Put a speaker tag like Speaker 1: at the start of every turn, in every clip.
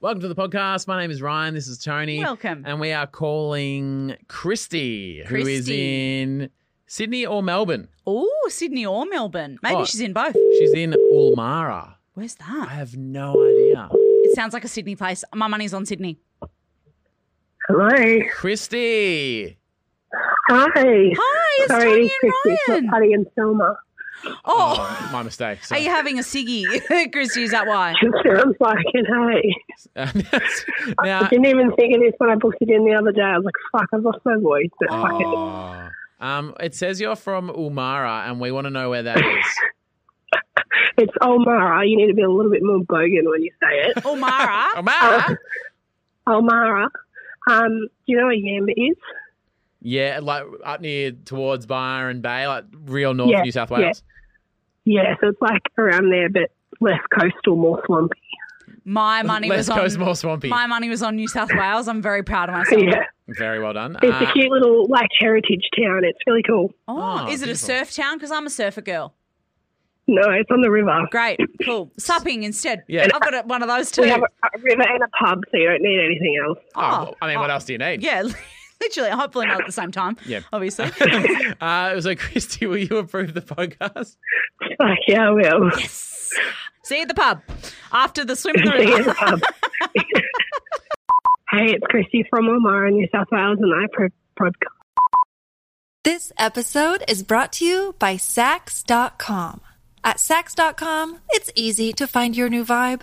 Speaker 1: Welcome to the podcast. My name is Ryan. This is Tony.
Speaker 2: Welcome.
Speaker 1: And we are calling Christy, who is
Speaker 2: Christy.
Speaker 1: in Sydney or Melbourne.
Speaker 2: Oh, Sydney or Melbourne. Maybe
Speaker 1: Oh.
Speaker 2: she's in both.
Speaker 1: She's in Ulmara.
Speaker 2: Where's
Speaker 1: I
Speaker 2: that?
Speaker 1: have no idea.
Speaker 2: It sounds like a Sydney place. My money's on Sydney.
Speaker 3: Hello.
Speaker 1: Christy.
Speaker 3: Hi.
Speaker 2: Hi, it's
Speaker 3: Sorry,
Speaker 2: Tony
Speaker 3: it's Christy.
Speaker 2: and
Speaker 3: It's not
Speaker 2: Ryan.
Speaker 3: Patty and Selma.
Speaker 2: Oh,
Speaker 1: my mistake.
Speaker 2: are you having a ciggy, Christy? Is that why?
Speaker 3: It sounds like it, hey.
Speaker 1: Sorry.
Speaker 3: I
Speaker 1: now,
Speaker 3: didn't even think of this when I booked it in the other day. I was like, fuck, I've lost my voice. But fuck it.
Speaker 1: oh. um, it says you're from Ulmara, and we want to know where that is.
Speaker 3: It's Omara. You need to be a little bit more bogan when you say it.
Speaker 2: Oh, Mara.
Speaker 1: Ulmara.
Speaker 3: Omara. Um, do you know where Yamba is?
Speaker 1: Yeah, like up near towards Byron Bay, like real north
Speaker 3: Yeah,
Speaker 1: New South
Speaker 3: yeah.
Speaker 1: Wales.
Speaker 3: Yeah, so it's like around there, but less coastal, more swampy.
Speaker 2: My money
Speaker 1: West
Speaker 2: was
Speaker 1: Coast,
Speaker 2: on.
Speaker 1: more swampy.
Speaker 2: My money was on New South Wales. I'm very proud of myself.
Speaker 3: Yeah.
Speaker 1: Very well done.
Speaker 3: It's
Speaker 1: Uh,
Speaker 3: a cute little, like, heritage town. It's really cool.
Speaker 2: Oh,
Speaker 1: Oh,
Speaker 2: is it
Speaker 1: beautiful.
Speaker 2: a surf town? Because I'm a surfer girl.
Speaker 3: No, it's on the river.
Speaker 2: Great, cool. Supping instead.
Speaker 1: Yeah.
Speaker 2: I've got a, one of those too.
Speaker 3: We have a, a river and a pub, so you don't need anything else.
Speaker 1: oh,
Speaker 2: Ah,
Speaker 1: well, I mean, what else do you need?
Speaker 2: Yeah, literally. Hopefully not at the same time.
Speaker 1: Yeah.
Speaker 2: obviously.
Speaker 1: uh, so, Christy, will you approve the podcast?
Speaker 3: Fuck yeah, I will.
Speaker 2: yes. See you at the pub after the swim
Speaker 3: Sing
Speaker 2: through.
Speaker 3: in the pub. hey, it's Christy from Omara, New South Wales, and I pro- podcast.
Speaker 4: This episode is brought to you by Sax.com. At Sax.com, it's easy to find your new vibe.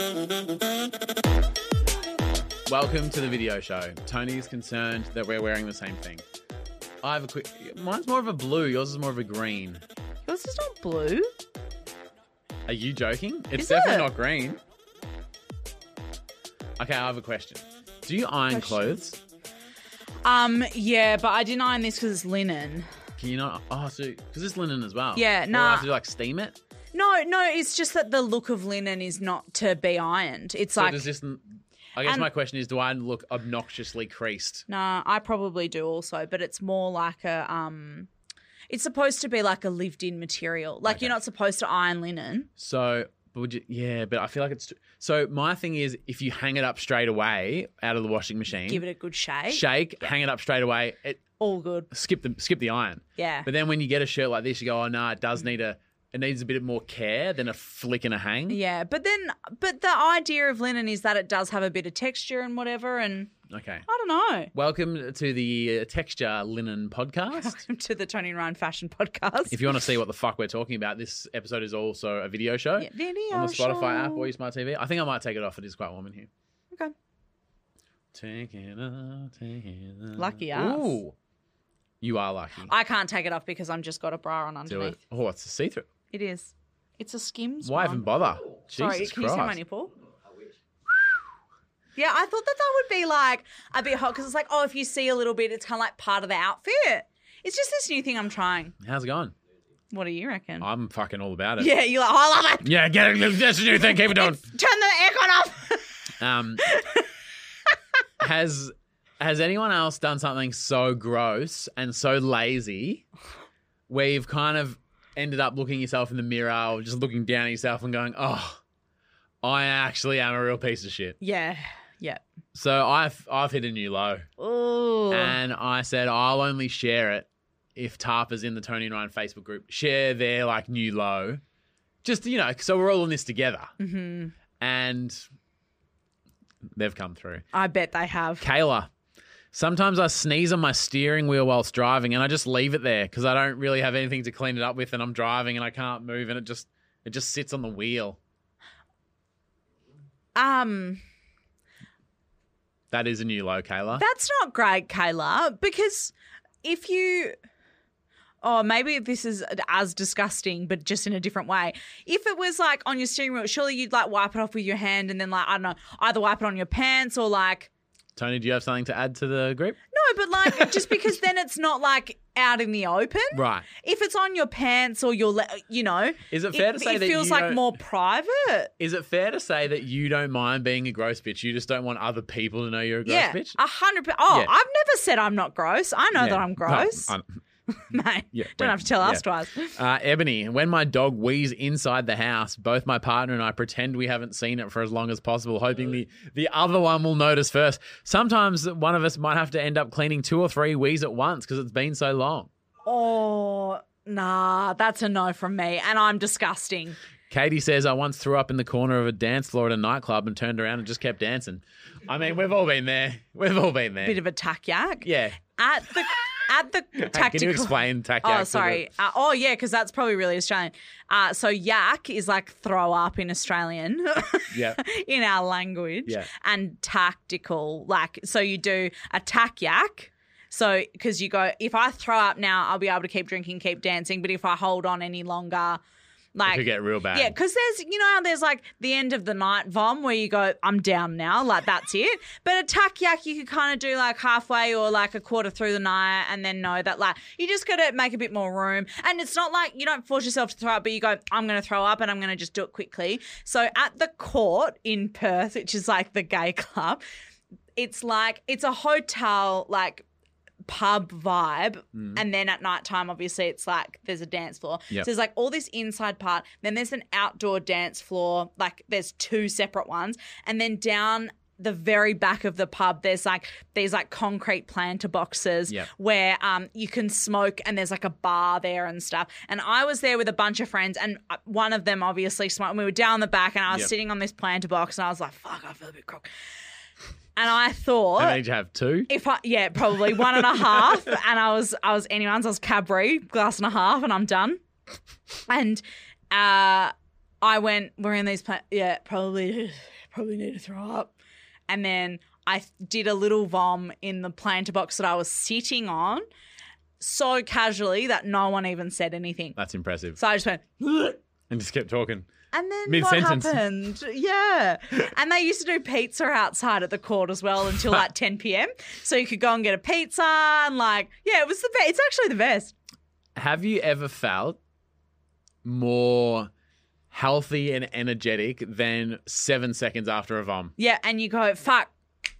Speaker 1: Welcome to the video show. Tony is concerned that we're wearing the same thing. I have a quick. Mine's more of a blue. Yours is more of a green.
Speaker 2: This is not blue.
Speaker 1: Are you joking? It's
Speaker 2: Is
Speaker 1: definitely
Speaker 2: it?
Speaker 1: not green. Okay, I have a question. Do you iron
Speaker 2: Question.
Speaker 1: clothes?
Speaker 2: Um, yeah, but I didn't iron this because it's linen.
Speaker 1: Can you not? Oh, so because it's linen as well.
Speaker 2: Yeah,
Speaker 1: Or do I
Speaker 2: nah.
Speaker 1: have to like steam it.
Speaker 2: No, no, it's just that the look of linen is not to be ironed. It's
Speaker 1: So
Speaker 2: like,
Speaker 1: does this? I guess
Speaker 2: And-
Speaker 1: my question is: Do I look obnoxiously creased?
Speaker 2: nah, I probably do also, but it's more like a, um, it's supposed to be like a lived in material. Like you're
Speaker 1: Okay.
Speaker 2: not supposed to iron linen.
Speaker 1: So, but would you, yeah, but I feel like it's too, so. My thing is, if you hang it up straight away out of the washing machine,
Speaker 2: Give it a good shake.
Speaker 1: shake, hang it up straight away, it
Speaker 2: All good.
Speaker 1: skip the skip the iron.
Speaker 2: Yeah.
Speaker 1: But then when you get a shirt like this, you go, oh no, it does need a it needs a bit more care than a flick and a hang.
Speaker 2: Yeah, but then, but the idea of linen is that it does have a bit of texture and whatever, and
Speaker 1: Okay.
Speaker 2: I don't know.
Speaker 1: Welcome to the uh, Texture Linen Podcast.
Speaker 2: Welcome to the Tony and Ryan Fashion Podcast.
Speaker 1: if you want to see what the fuck we're talking about, this episode is also a video show
Speaker 2: yeah, video
Speaker 1: on the Spotify app
Speaker 2: show.
Speaker 1: or your smart TV. I think I might take it off. It is quite warm in here.
Speaker 2: Okay.
Speaker 1: Take it off, take it off.
Speaker 2: Lucky us.
Speaker 1: Ooh. You are lucky.
Speaker 2: I can't take it off because I'm just got a bra on
Speaker 1: Do
Speaker 2: underneath.
Speaker 1: it. Oh, it's a see through.
Speaker 2: it is. It's a skims.
Speaker 1: Why
Speaker 2: one.
Speaker 1: even bother?
Speaker 2: Sorry,
Speaker 1: Jesus
Speaker 2: can
Speaker 1: Christ.
Speaker 2: you see my nipple? Yeah, I thought that that would be like a bit hot because it's like, oh, if you see a little bit, it's kind of like part of the outfit. It's just this new thing I'm trying.
Speaker 1: How's it going?
Speaker 2: What do you reckon?
Speaker 1: I'm fucking all about it.
Speaker 2: yeah, you're like, oh, I love it.
Speaker 1: Yeah, get it. That's a new thing. Keep it on.
Speaker 2: Turn the aircon off.
Speaker 1: Um, has has anyone else done something so gross and so lazy where you've kind of ended up looking yourself in the mirror or just looking down at yourself and going, "Oh, I actually am a real piece of shit."
Speaker 2: yeah, yeah.
Speaker 1: So I've I've hit a new low,
Speaker 2: Ooh.
Speaker 1: and I said I'll only share it if Tarpa's in the Tony and Ryan Facebook group. Share their like new low, just you know, so we're all in this together,
Speaker 2: hmm
Speaker 1: and they've come through.
Speaker 2: I bet they have.
Speaker 1: Kayla. Sometimes I sneeze on my steering wheel whilst driving and I just leave it there because I don't really have anything to clean it up with and I'm driving and I can't move and it just it just sits on the wheel.
Speaker 2: Um,
Speaker 1: That is a new low, Kayla.
Speaker 2: that's not great, Kayla, because if you oh, maybe this is as disgusting, but just in a different way. If it was like on your steering wheel, surely you'd like wipe it off with your hand and then like, I don't know, either wipe it on your pants or like,
Speaker 1: Tony, do you have something to add to the group?
Speaker 2: no, but like, just because then it's not like out in the open.
Speaker 1: Right.
Speaker 2: If it's on your pants or your, le- you know,
Speaker 1: Is it fair to say
Speaker 2: it
Speaker 1: that
Speaker 2: feels
Speaker 1: you
Speaker 2: like
Speaker 1: don't-
Speaker 2: more private?
Speaker 1: Is it fair to say that you don't mind being a gross bitch? You just don't want other people to know you're a gross
Speaker 2: yeah,
Speaker 1: bitch?
Speaker 2: a hundred. per- Oh,
Speaker 1: Yeah.
Speaker 2: I've never said I'm not gross. I know
Speaker 1: Yeah.
Speaker 2: that I'm gross,
Speaker 1: No, I'm-
Speaker 2: mate.
Speaker 1: yeah,
Speaker 2: don't
Speaker 1: wait,
Speaker 2: have to tell
Speaker 1: yeah.
Speaker 2: us twice.
Speaker 1: Uh, Ebony, when my dog wheezes inside the house, both my partner and I pretend we haven't seen it for as long as possible, hoping the, the other one will notice first. Sometimes one of us might have to end up cleaning two or three wheezes at once because it's been so long.
Speaker 2: Oh, nah, that's a no from me, and I'm disgusting.
Speaker 1: Katie says, I once threw up in the corner of a dance floor at a nightclub and turned around and just kept dancing. I mean, we've all been there. We've all been there.
Speaker 2: Bit of a tack yak
Speaker 1: yeah.
Speaker 2: at the at the
Speaker 1: Hey,
Speaker 2: tactical.
Speaker 1: Can you explain tack yak
Speaker 2: Oh,
Speaker 1: to
Speaker 2: sorry. Uh, oh, yeah, because that's probably really Australian. Uh, so yak is like throw up in Australian.
Speaker 1: the- Yeah.
Speaker 2: in our language
Speaker 1: Yeah.
Speaker 2: and tactical like so you do a tack yak so because you go if i throw up now i'll be able to keep drinking keep dancing but if i hold on any longer
Speaker 1: It could
Speaker 2: like
Speaker 1: get real bad.
Speaker 2: yeah because there's you know how there's like the end of the night vom where you go i'm down now like that's it but a tack yak you could kind of do like halfway or like a quarter through the night and then know that like you just gotta make a bit more room and it's not like you don't force yourself to throw up but you go i'm gonna throw up and i'm gonna just do it quickly so at the court in perth which is like the gay club it's like it's a hotel like pub vibe and then at night time obviously it's like there's a dance floor
Speaker 1: Mm. Yep.
Speaker 2: so there's like all this inside part then there's an outdoor dance floor like there's two separate ones and then down the very back of the pub there's like these like concrete planter boxes
Speaker 1: Yep.
Speaker 2: where um you can smoke and there's like a bar there and stuff and i was there with a bunch of friends and uh, one of them obviously smoked we were down the back and i was
Speaker 1: Yep.
Speaker 2: sitting on this planter box and i was like fuck i feel a bit crook and i thought
Speaker 1: How many did you have? Two?
Speaker 2: if I yeah, probably one and a half. And I was I was anyone's. I was Cadbury glass and a half, and I'm done. And uh, I went. We're in these. Pla- yeah, probably probably need to throw up. And then I did a little vom in the planter box that I was sitting on, so casually that no one even said anything.
Speaker 1: That's impressive.
Speaker 2: So I just went.
Speaker 1: and just kept talking.
Speaker 2: And then
Speaker 1: Mid-sentence.
Speaker 2: what happened? Yeah. and they used to do pizza outside at the court as well until like 10 p.m. So you could go and get a pizza and like, yeah, it was the best. It's actually the best.
Speaker 1: Have you ever felt more healthy and energetic than seven seconds after a vom?
Speaker 2: Yeah. And you go, fuck,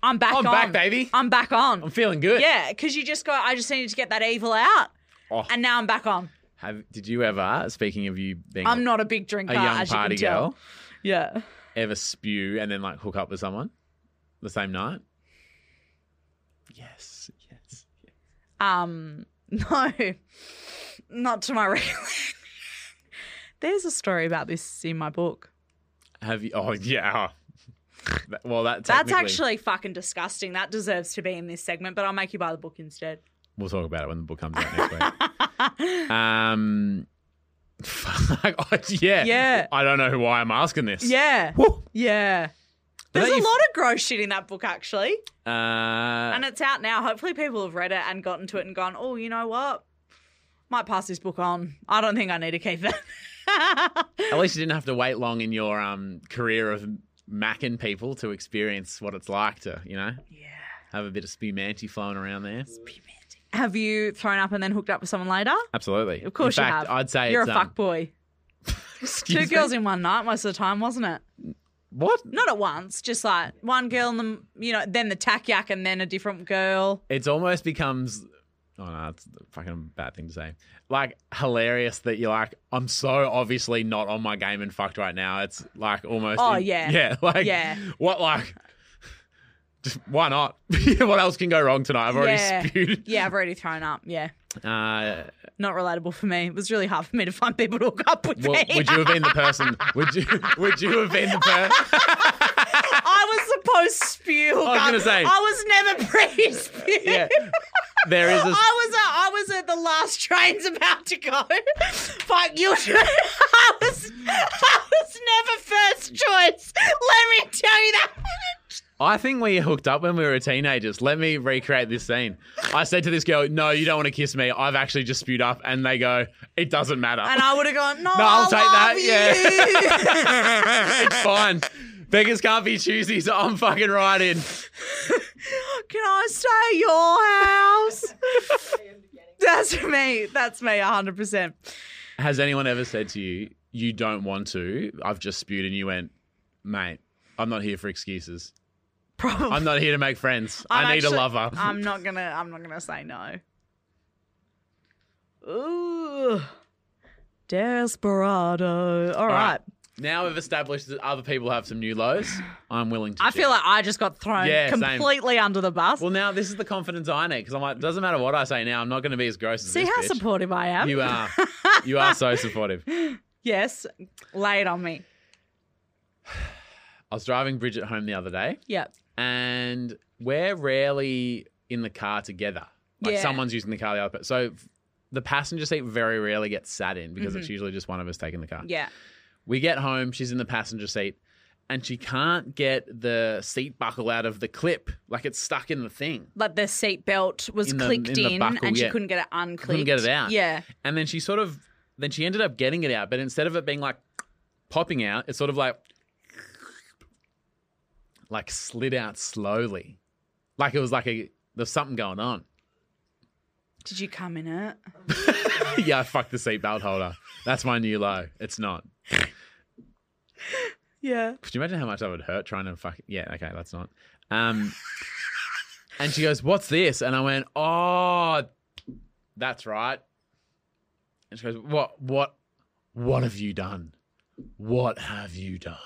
Speaker 2: I'm back
Speaker 1: I'm
Speaker 2: on.
Speaker 1: back, baby.
Speaker 2: I'm back on.
Speaker 1: I'm feeling good.
Speaker 2: yeah. Because you just go, I just needed to get that evil out.
Speaker 1: Oh.
Speaker 2: And now I'm back on.
Speaker 1: Have did you ever, speaking of you being
Speaker 2: I'm not a big
Speaker 1: a
Speaker 2: drinker,
Speaker 1: young
Speaker 2: as you
Speaker 1: party
Speaker 2: can tell.
Speaker 1: girl,
Speaker 2: Yeah.
Speaker 1: ever spew and then like hook up with someone the same night? Yes, yes.
Speaker 2: Um, no, not to my recollection. There's a story about this in my book.
Speaker 1: Have you? Oh yeah. That- Well, that
Speaker 2: That's
Speaker 1: technically-
Speaker 2: actually fucking disgusting. That deserves to be in this segment, but I'll make you buy the book instead.
Speaker 1: We'll talk about it when the book comes out next week. Um, fuck, oh, yeah,
Speaker 2: Yeah.
Speaker 1: I don't know why I'm asking this.
Speaker 2: Yeah.
Speaker 1: Woo.
Speaker 2: Yeah.
Speaker 1: But
Speaker 2: There's a
Speaker 1: that
Speaker 2: lot
Speaker 1: you-
Speaker 2: of gross shit in that book, actually.
Speaker 1: Uh,
Speaker 2: And it's out now. Hopefully, people have read it and gotten to it and gone, oh, you know what? Might pass this book on. I don't think I need to keep it.
Speaker 1: at least you didn't have to wait long in your um career of macking people to experience what it's like to, you know,
Speaker 2: yeah.
Speaker 1: have a bit of spumanti flowing around there.
Speaker 2: Have you thrown up and then hooked up with someone later?
Speaker 1: Absolutely.
Speaker 2: Of course
Speaker 1: in
Speaker 2: you
Speaker 1: fact,
Speaker 2: have.
Speaker 1: I'd say
Speaker 2: You're
Speaker 1: it's,
Speaker 2: a
Speaker 1: um,
Speaker 2: fuck boy. Two
Speaker 1: excuse me?
Speaker 2: girls in one night most of the time, wasn't it?
Speaker 1: What?
Speaker 2: Not at once, just like one girl and then, you know, then the tack yak and then a different girl.
Speaker 1: It's almost becomes. Oh no, it's a fucking bad thing to say. Like hilarious that you're like, I'm so obviously not on my game and fucked right now. It's like almost.
Speaker 2: Oh, yeah.
Speaker 1: Yeah. Like.
Speaker 2: Yeah.
Speaker 1: What like? Just, why not? what else can go wrong tonight? I've already
Speaker 2: Yeah.
Speaker 1: spewed.
Speaker 2: Yeah, I've already thrown up. Yeah.
Speaker 1: Uh,
Speaker 2: Not relatable for me. It was really hard for me to find people to hook up with
Speaker 1: well,
Speaker 2: me.
Speaker 1: would you have been the person? Would you? Would you have been the person?
Speaker 2: I was supposed to spew.
Speaker 1: was gonna say-
Speaker 2: I was never pre spew.
Speaker 1: Yeah. There is a.
Speaker 2: I was at, I was at the last train's about to go. Fuck you. I was I was never first choice. Let me tell you that.
Speaker 1: I think we hooked up when we were teenagers. Let me recreate this scene. I said to this girl, No, you don't want to kiss me. I've actually just spewed up. And they go, It doesn't matter.
Speaker 2: And I would have gone, no,
Speaker 1: no, I'll take that.
Speaker 2: Yeah.
Speaker 1: Yeah. it's fine. Beggars can't be choosy, so I'm fucking right in.
Speaker 2: Can I stay at your house? That's me. That's me, 100%.
Speaker 1: Has anyone ever said to you, You don't want to? I've just spewed, and you went, Mate, I'm not here for excuses.
Speaker 2: Probably.
Speaker 1: I'm not here to make friends. i
Speaker 2: I'm
Speaker 1: need
Speaker 2: actually-
Speaker 1: a lover.
Speaker 2: I'm not gonna. I'm not gonna say no. Ooh, desperado. All right.
Speaker 1: right. now we've established that other people have some new lows. I'm willing to.
Speaker 2: I feel
Speaker 1: share.
Speaker 2: like I just got thrown
Speaker 1: Yeah, same.
Speaker 2: completely under the bus.
Speaker 1: Well, now this is the confidence I need because I'm like, doesn't matter what I say now, I'm not going to be as gross as
Speaker 2: See
Speaker 1: this
Speaker 2: how
Speaker 1: bitch.
Speaker 2: supportive I am.
Speaker 1: You uh, are. you are so supportive. I
Speaker 2: yes, lay it on me.
Speaker 1: was driving Bridget home the other day,
Speaker 2: Yep.
Speaker 1: and we're rarely in the car together. Like
Speaker 2: Yeah.
Speaker 1: someone's using the car, the other per- so f- the passenger seat very rarely gets sat in because it's usually just one of us taking the car.
Speaker 2: Mm-hmm. Yeah.
Speaker 1: We get home, she's in the passenger seat, and she can't get the seat buckle out of the clip. Like it's stuck in the thing.
Speaker 2: Like the seatbelt was
Speaker 1: In the-
Speaker 2: clicked
Speaker 1: in
Speaker 2: in,
Speaker 1: the buckle,
Speaker 2: and she
Speaker 1: yeah.
Speaker 2: couldn't get it unclicked.
Speaker 1: Couldn't get it out.
Speaker 2: Yeah.
Speaker 1: And then she sort of then she ended up getting it out, but instead of it being like popping out, it's sort of like like slid out slowly. Like it was like a there's something going on.
Speaker 2: Did you come in it?
Speaker 1: yeah, I fucked the seatbelt holder. That's my new low. It's not.
Speaker 2: Yeah.
Speaker 1: Could you imagine how much that would hurt trying to fuck? Yeah, okay, that's not. Um, and she goes, "What's this?" And I went, "Oh, that's right." And she goes, "What? What? What have you done? What have you done?"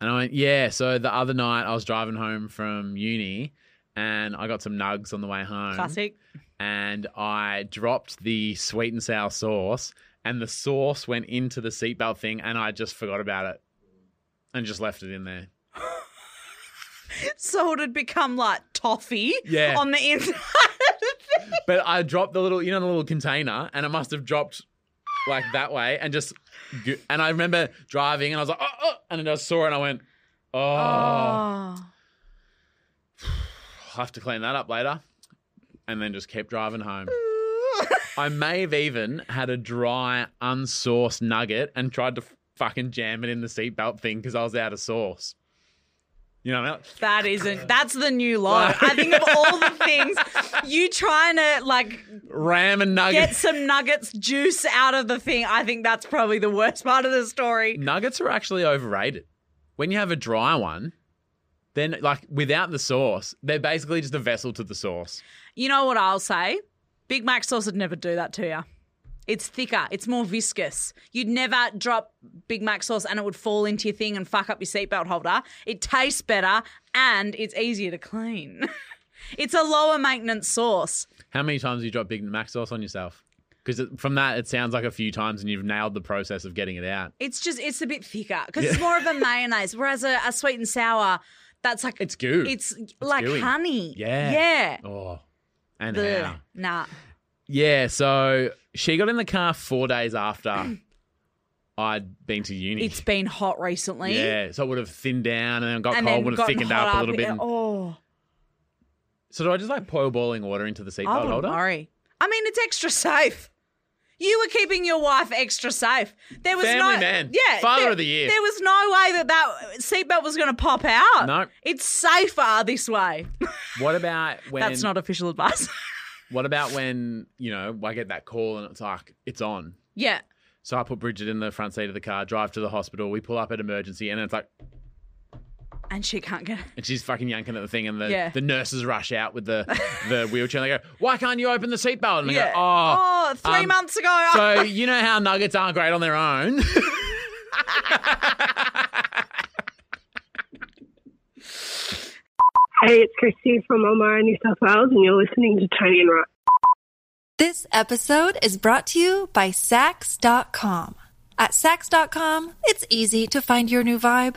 Speaker 1: And I went, "Yeah." So the other night, I was driving home from uni, and I got some nugs on the way home
Speaker 2: Classic.
Speaker 1: and I dropped the sweet and sour sauce, and the sauce went into the seatbelt thing, and I just forgot about it and just left it in there.
Speaker 2: So it had become like toffee
Speaker 1: Yeah.
Speaker 2: on the inside.
Speaker 1: But I dropped the little, you know, the little container, and it must have dropped like that way, and just, go- and I remember driving, and I was like, oh, oh," and then I saw it, and I went, oh,
Speaker 2: Oh.
Speaker 1: I'll have to clean that up later, and then just kept driving home. I may have even had a dry, unsauced nugget and tried to f- fucking jam it in the seatbelt thing because I was out of sauce. You know what I mean?
Speaker 2: That isn't. That's the new low. I think of all the things you trying to like
Speaker 1: Ram and
Speaker 2: get
Speaker 1: nuggets.
Speaker 2: some nuggets juice out of the thing. I think that's probably the worst part of the story.
Speaker 1: Nuggets are actually overrated. When you have a dry one, then like without the sauce, they're basically just a vessel to the sauce.
Speaker 2: You know what I'll say? Big Mac sauce would never do that to you. It's thicker. It's more viscous. You'd never drop Big Mac sauce and it would fall into your thing and fuck up your seatbelt holder. It tastes better and it's easier to clean. it's a lower maintenance sauce.
Speaker 1: How many times have you dropped Big Mac sauce on yourself? Because from that, it sounds like a few times, and you've nailed the process of getting it out.
Speaker 2: It's just it's a bit thicker because it's more of a mayonnaise, whereas a, a sweet and sour, that's like
Speaker 1: Mm. It's goo.
Speaker 2: It's like
Speaker 1: gooey.
Speaker 2: honey.
Speaker 1: Yeah.
Speaker 2: yeah.
Speaker 1: Oh, and
Speaker 2: Blech.
Speaker 1: how?
Speaker 2: Nah.
Speaker 1: Yeah, so she got in the car four days after I'd been to uni.
Speaker 2: It's been hot recently.
Speaker 1: yeah, so it would have thinned down and then got
Speaker 2: And
Speaker 1: cold,
Speaker 2: then
Speaker 1: would have
Speaker 2: gotten
Speaker 1: thickened
Speaker 2: hot
Speaker 1: up, a little bit.
Speaker 2: yeah, Oh,
Speaker 1: So do I just like pour boiling water into the seatbelt
Speaker 2: I wouldn't
Speaker 1: holder?
Speaker 2: worry. I mean, it's extra safe. You were keeping your wife extra safe. There was
Speaker 1: Family
Speaker 2: no
Speaker 1: man.
Speaker 2: Yeah,
Speaker 1: Father
Speaker 2: there-
Speaker 1: of the year.
Speaker 2: There was no way that that seatbelt was going to pop out.
Speaker 1: No.
Speaker 2: it's safer this way.
Speaker 1: What about when?
Speaker 2: That's not official advice.
Speaker 1: What about when you know I get that call and it's like it's on.
Speaker 2: yeah,
Speaker 1: So I put Bridget in the front seat of the car, drive to the hospital. We pull up at emergency, and it's like,
Speaker 2: and she can't get.
Speaker 1: and she's fucking yanking at the thing, and the,
Speaker 2: Yeah.
Speaker 1: the nurses rush out with the the wheelchair. And they go, "Why can't you open the seatbelt?" And I
Speaker 2: Yeah.
Speaker 1: go, "Oh,
Speaker 2: Oh, three
Speaker 1: um,
Speaker 2: months ago.
Speaker 1: So you know how nuggets aren't great on their own.
Speaker 3: Hey, it's Christy from Omara, New South Wales, and you're listening to Tony and Right.
Speaker 4: This episode is brought to you by Sax.com. At Sax.com, it's easy to find your new vibe.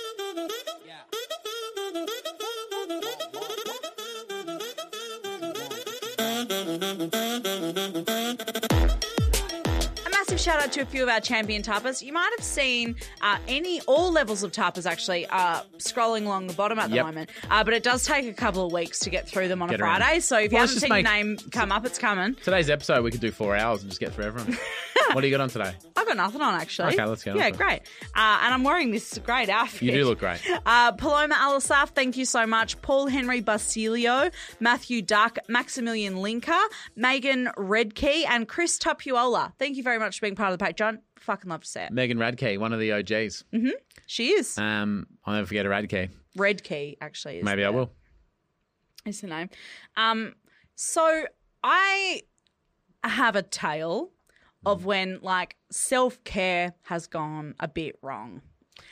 Speaker 2: A massive shout out to a few of our champion tappers. You might have seen uh, any, all levels of tappers actually uh, scrolling along the bottom at the
Speaker 1: Yep.
Speaker 2: moment. Uh, but it does take a couple of weeks to get through them on
Speaker 1: Get
Speaker 2: a
Speaker 1: around.
Speaker 2: Friday. So if you
Speaker 1: Well, let's
Speaker 2: haven't
Speaker 1: just
Speaker 2: seen
Speaker 1: make-
Speaker 2: your name come up, it's coming.
Speaker 1: Today's episode, we could do four hours and just get through everyone. what do you got on today?
Speaker 2: I've got nothing on actually.
Speaker 1: Okay, let's go.
Speaker 2: Yeah, great. Uh, and I'm wearing this great outfit.
Speaker 1: You do look great.
Speaker 2: Uh, Paloma Alisaf, thank you so much. Paul Henry Basilio, Matthew Duck, Maximilian Linker, Megan Redkey, and Chris Topuola. Thank you very much for being part of the pack, John. Fucking love to see it.
Speaker 1: Megan Radke, one of the OGs.
Speaker 2: She is.
Speaker 1: Um, I'll never forget a Radke.
Speaker 2: Redkey, actually. Is
Speaker 1: Maybe I
Speaker 2: the-
Speaker 1: will.
Speaker 2: Is the name. Um, so I have a tale of when, like, self care has gone a bit wrong.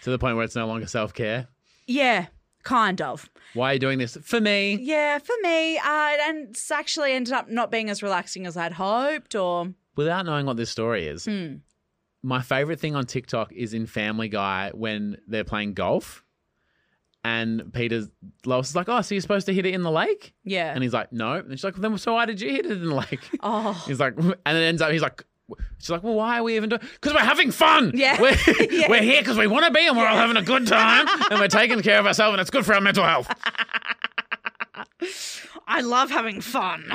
Speaker 1: To the point where it's no longer self care.
Speaker 2: Yeah, kind of.
Speaker 1: Why are you doing this? For me.
Speaker 2: Yeah, for me, uh, and it's actually ended up not being as relaxing as I'd hoped. Or
Speaker 1: Without knowing what this story is, my favorite thing on TikTok is in Family Guy when they're playing golf. And Peter Lois is like, Oh, so you're supposed to hit it in the lake?
Speaker 2: yeah,
Speaker 1: And he's like, No. And she's like, well, Then so why did you hit it in the lake?
Speaker 2: oh,
Speaker 1: He's like, and then ends up, he's like, she's like, well, why are we even doing? Because we're having fun.
Speaker 2: Yeah.
Speaker 1: we're,
Speaker 2: Yeah.
Speaker 1: we're here because we want to be, and we're all having a good time, and we're taking care of ourselves, and it's good for our mental health.
Speaker 2: I love having fun.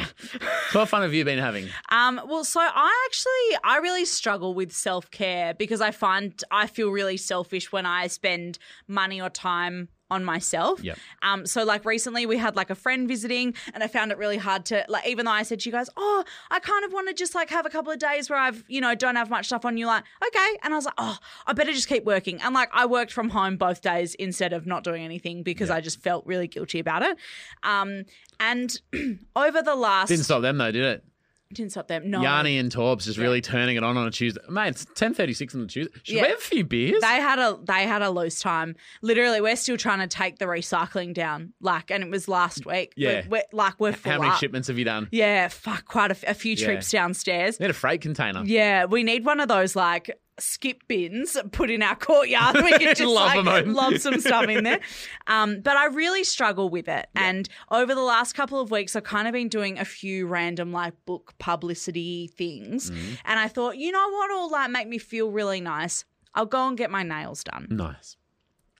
Speaker 1: So what fun have you been having?
Speaker 2: Um, well, so I actually I really struggle with self care because I find I feel really selfish when I spend money or time on myself.
Speaker 1: Yep.
Speaker 2: Um, so like recently we had like a friend visiting and I found it really hard to like even though I said to you guys, Oh, I kind of want to just like have a couple of days where I've, you know, don't have much stuff on you, like, okay. And I was like, Oh, I better just keep working. And like I worked from home both days instead of not doing anything because I just felt really guilty about it. Um and over the last
Speaker 1: Didn't stop them though, did it?
Speaker 2: didn't stop them. No.
Speaker 1: Yanni and Torbs just really turning it on on a Tuesday. Mate, it's ten thirty six on a Tuesday. Should
Speaker 2: Yeah.
Speaker 1: we have a few beers?
Speaker 2: They had a they had a loose time. Literally, we're still trying to take the recycling down. Like, and it was last week.
Speaker 1: Yeah.
Speaker 2: We're- we're- like we're full
Speaker 1: How many
Speaker 2: up.
Speaker 1: shipments have you done?
Speaker 2: Yeah, fuck, quite a, f- a few
Speaker 1: Yeah.
Speaker 2: trips downstairs.
Speaker 1: We had a freight container.
Speaker 2: Yeah, we need one of those like skip bins put in our courtyard. We can just
Speaker 1: Lob
Speaker 2: like,
Speaker 1: 'em out.
Speaker 2: lob some stuff in there. Um, but I really struggle with it. And over the last couple of weeks, I've kind of been doing a few random like book publicity things.
Speaker 1: Mm-hmm.
Speaker 2: And I thought, you know what will like make me feel really nice? I'll go and get my nails done.
Speaker 1: Nice.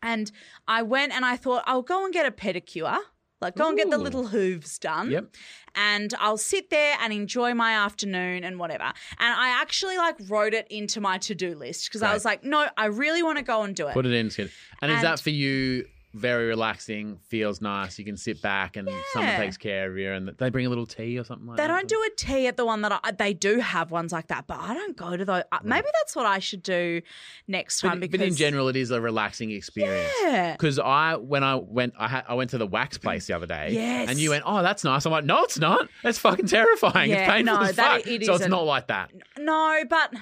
Speaker 2: And I went and I thought, I'll go and get a pedicure. Like, go and get the
Speaker 1: Ooh.
Speaker 2: little hooves done.
Speaker 1: Yep.
Speaker 2: And I'll sit there and enjoy my afternoon and whatever. And I actually like wrote it into my to do list because I
Speaker 1: Right.
Speaker 2: was like, no, I really want to go and do it.
Speaker 1: Put it in. it's good. And, is
Speaker 2: And-
Speaker 1: that for you? Very relaxing. Feels nice. You can sit back and someone
Speaker 2: Yeah.
Speaker 1: takes care of you, and they bring a little tea or something like
Speaker 2: They
Speaker 1: that.
Speaker 2: don't do a tea at the one that I, uh, they do have ones like that, but I don't go to those. uh, Maybe that's what I should do next time
Speaker 1: But,
Speaker 2: Um, because
Speaker 1: but in general, it is a relaxing experience.
Speaker 2: Yeah.
Speaker 1: Because I, when I went, I, had, I went to the wax place the other day.
Speaker 2: Yes.
Speaker 1: And you went, oh, that's nice. I'm like, no, it's not. It's fucking terrifying.
Speaker 2: Yeah,
Speaker 1: it's painful
Speaker 2: no,
Speaker 1: as
Speaker 2: that-
Speaker 1: fuck.
Speaker 2: it
Speaker 1: so it's
Speaker 2: isn't.
Speaker 1: not like that.
Speaker 2: No, but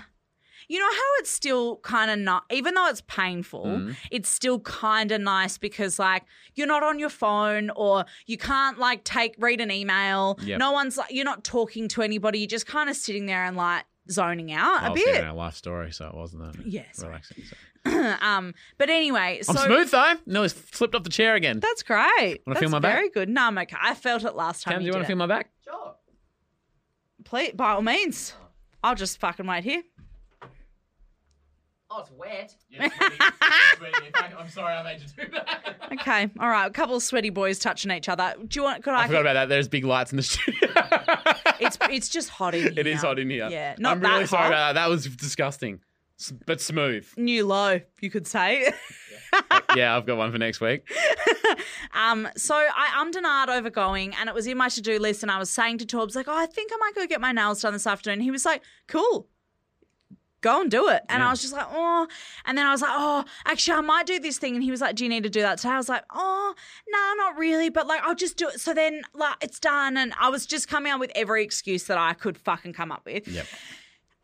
Speaker 2: you know how it's still kind of not, even though it's painful,
Speaker 1: Mm.
Speaker 2: it's still kind of nice because, like, you're not on your phone or you can't, like, take, read an email.
Speaker 1: Yep.
Speaker 2: No one's, like, you're not talking to anybody. You're just kind of sitting there and, like, zoning out
Speaker 1: I
Speaker 2: a
Speaker 1: was
Speaker 2: bit.
Speaker 1: hearing our life story, so it wasn't that
Speaker 2: Yeah, sorry.
Speaker 1: relaxing. so.
Speaker 2: um, but anyway, so.
Speaker 1: I'm smooth though. No, it's flipped off the chair again.
Speaker 2: That's great.
Speaker 1: Wanna
Speaker 2: That's
Speaker 1: feel my back?
Speaker 2: very good. No, I'm okay. I felt it last time.
Speaker 1: Cam, do
Speaker 2: you
Speaker 1: you
Speaker 2: did
Speaker 1: want to
Speaker 2: it.
Speaker 1: feel my back?
Speaker 2: Please, by all means. I'll just fucking wait here.
Speaker 1: Oh, it's wet. I'm sorry I made you do that.
Speaker 2: Okay. All right. A couple of sweaty boys touching each other. Do you want? Could I?
Speaker 1: I forgot about that. There's big lights in the studio.
Speaker 2: it's it's just hot in here.
Speaker 1: It is hot in here.
Speaker 2: Yeah, not
Speaker 1: I'm really
Speaker 2: that
Speaker 1: sorry
Speaker 2: hot.
Speaker 1: about that. That was disgusting, S- but smooth.
Speaker 2: New low, you could say.
Speaker 1: yeah, I've got one for next week.
Speaker 2: um, so I ummed and ahed over going, and it was in my to do list. And I was saying to Torbs, like, oh, I think I might go get my nails done this afternoon. He was like, cool, go and do it. And I
Speaker 1: Yeah.
Speaker 2: was just like, oh. And then I was like, oh, actually, I might do this thing. And he was like, do you need to do that today? I was like, oh, no, not really, but like, I'll just do it. So then, like, it's done. And I was just coming up with every excuse that I could fucking come up with.
Speaker 1: Yep.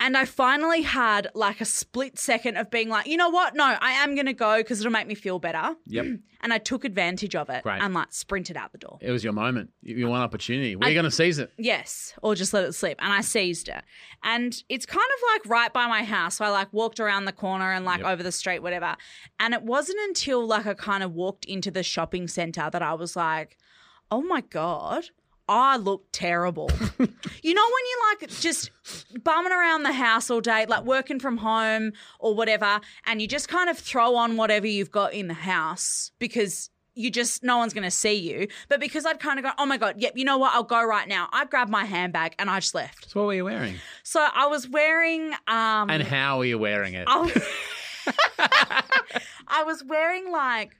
Speaker 2: And I finally had like a split second of being like, you know what? No, I am going to go because it'll make me feel better.
Speaker 1: Yep.
Speaker 2: And I took advantage of it
Speaker 1: Great.
Speaker 2: and like sprinted out the door.
Speaker 1: It was your moment. You you won opportunity. We're
Speaker 2: I-
Speaker 1: going to seize it.
Speaker 2: Yes, or just let it slip. And I seized it. And it's kind of like right by my house. So I like walked around the corner and like
Speaker 1: Yep.
Speaker 2: over the street, whatever. And it wasn't until like I kind of walked into the shopping center that I was like, oh my God, I look terrible. you know, when you like just bumming around the house all day, like working from home or whatever, and you just kind of throw on whatever you've got in the house because you just no one's going to see you. But because I'd kind of go, oh my god, yep, you know what? I'll go right now. I grabbed my handbag and I just left.
Speaker 1: So what were you wearing?
Speaker 2: So I was wearing um,
Speaker 1: And how were you wearing it?
Speaker 2: I was, I was wearing like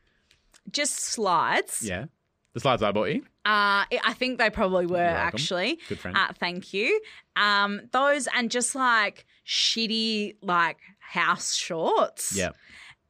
Speaker 2: just slides.
Speaker 1: Yeah. The slides I bought you.
Speaker 2: Uh, I think they probably were
Speaker 1: You're welcome.
Speaker 2: actually.
Speaker 1: Good friend.
Speaker 2: Uh, thank you. Um, those and just like shitty like house shorts.
Speaker 1: yeah.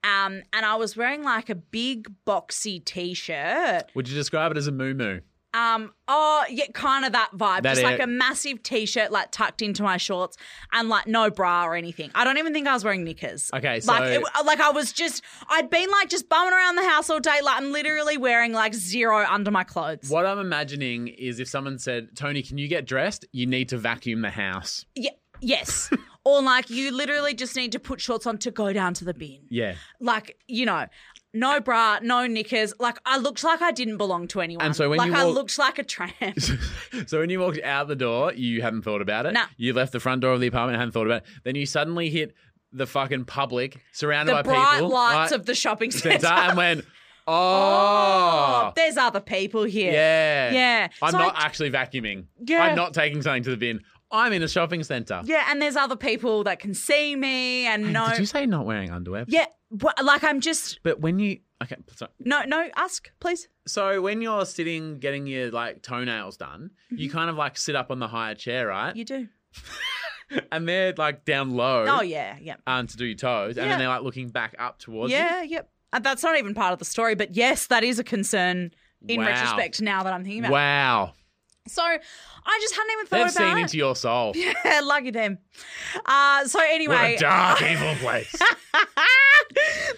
Speaker 2: Um, and I was wearing like a big boxy t-shirt.
Speaker 1: Would you describe it as a moo moo?
Speaker 2: Um, oh yeah, kind of that vibe.
Speaker 1: That
Speaker 2: just like
Speaker 1: it.
Speaker 2: a massive t-shirt like tucked into my shorts and like no bra or anything. I don't even think I was wearing knickers.
Speaker 1: Okay, so
Speaker 2: Like, it, uh, like I was just, I'd been like just bumming around the house all day. Like I'm literally wearing like zero under my clothes.
Speaker 1: what I'm imagining is if someone said, Tony, can you get dressed? You need to vacuum the house.
Speaker 2: Ye- yes. or like you literally just need to put shorts on to go down to the bin.
Speaker 1: Yeah.
Speaker 2: Like, you know, no bra, no knickers. Like I looked like I didn't belong to anyone.
Speaker 1: And so when
Speaker 2: like
Speaker 1: you
Speaker 2: I
Speaker 1: walk-
Speaker 2: looked like a tramp.
Speaker 1: so when you walked out the door, you hadn't thought about it.
Speaker 2: No.
Speaker 1: You left the front door of the apartment and hadn't thought about it. Then you suddenly hit the fucking public surrounded by
Speaker 2: the bright
Speaker 1: people.
Speaker 2: lights
Speaker 1: right,
Speaker 2: of the shopping
Speaker 1: centre
Speaker 2: centre.
Speaker 1: and went, oh.
Speaker 2: there's other people here.
Speaker 1: yeah.
Speaker 2: Yeah.
Speaker 1: I'm
Speaker 2: So I
Speaker 1: not
Speaker 2: d-
Speaker 1: actually vacuuming.
Speaker 2: Yeah.
Speaker 1: I'm not taking something to the bin. I'm in a shopping centre.
Speaker 2: Yeah, and there's other people that can see me and
Speaker 1: Hey,
Speaker 2: know.
Speaker 1: Did you say not wearing underwear?
Speaker 2: yeah, but, like I'm just
Speaker 1: But when you okay, sorry.
Speaker 2: no, no. Ask please.
Speaker 1: so when you're sitting getting your like toenails done, you
Speaker 2: Mm-hmm.
Speaker 1: kind of like sit up on the higher chair, right?
Speaker 2: You do.
Speaker 1: and they're like down low.
Speaker 2: Oh yeah, yeah,
Speaker 1: Um, to do your toes, and
Speaker 2: Yeah.
Speaker 1: then they're like looking back up towards you.
Speaker 2: yeah, yep. And that's not even part of the story, but yes, that is a concern in
Speaker 1: Wow.
Speaker 2: retrospect. Now that I'm thinking about. it.
Speaker 1: Wow,
Speaker 2: So I just hadn't even thought
Speaker 1: they've
Speaker 2: about
Speaker 1: seen
Speaker 2: it.
Speaker 1: into your soul.
Speaker 2: yeah, lucky them. Uh, so
Speaker 1: What
Speaker 2: anyway,
Speaker 1: a dark, evil place.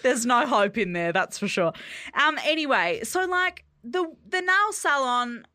Speaker 2: There's no hope in there, that's for sure. Um anyway, so like the the nail salon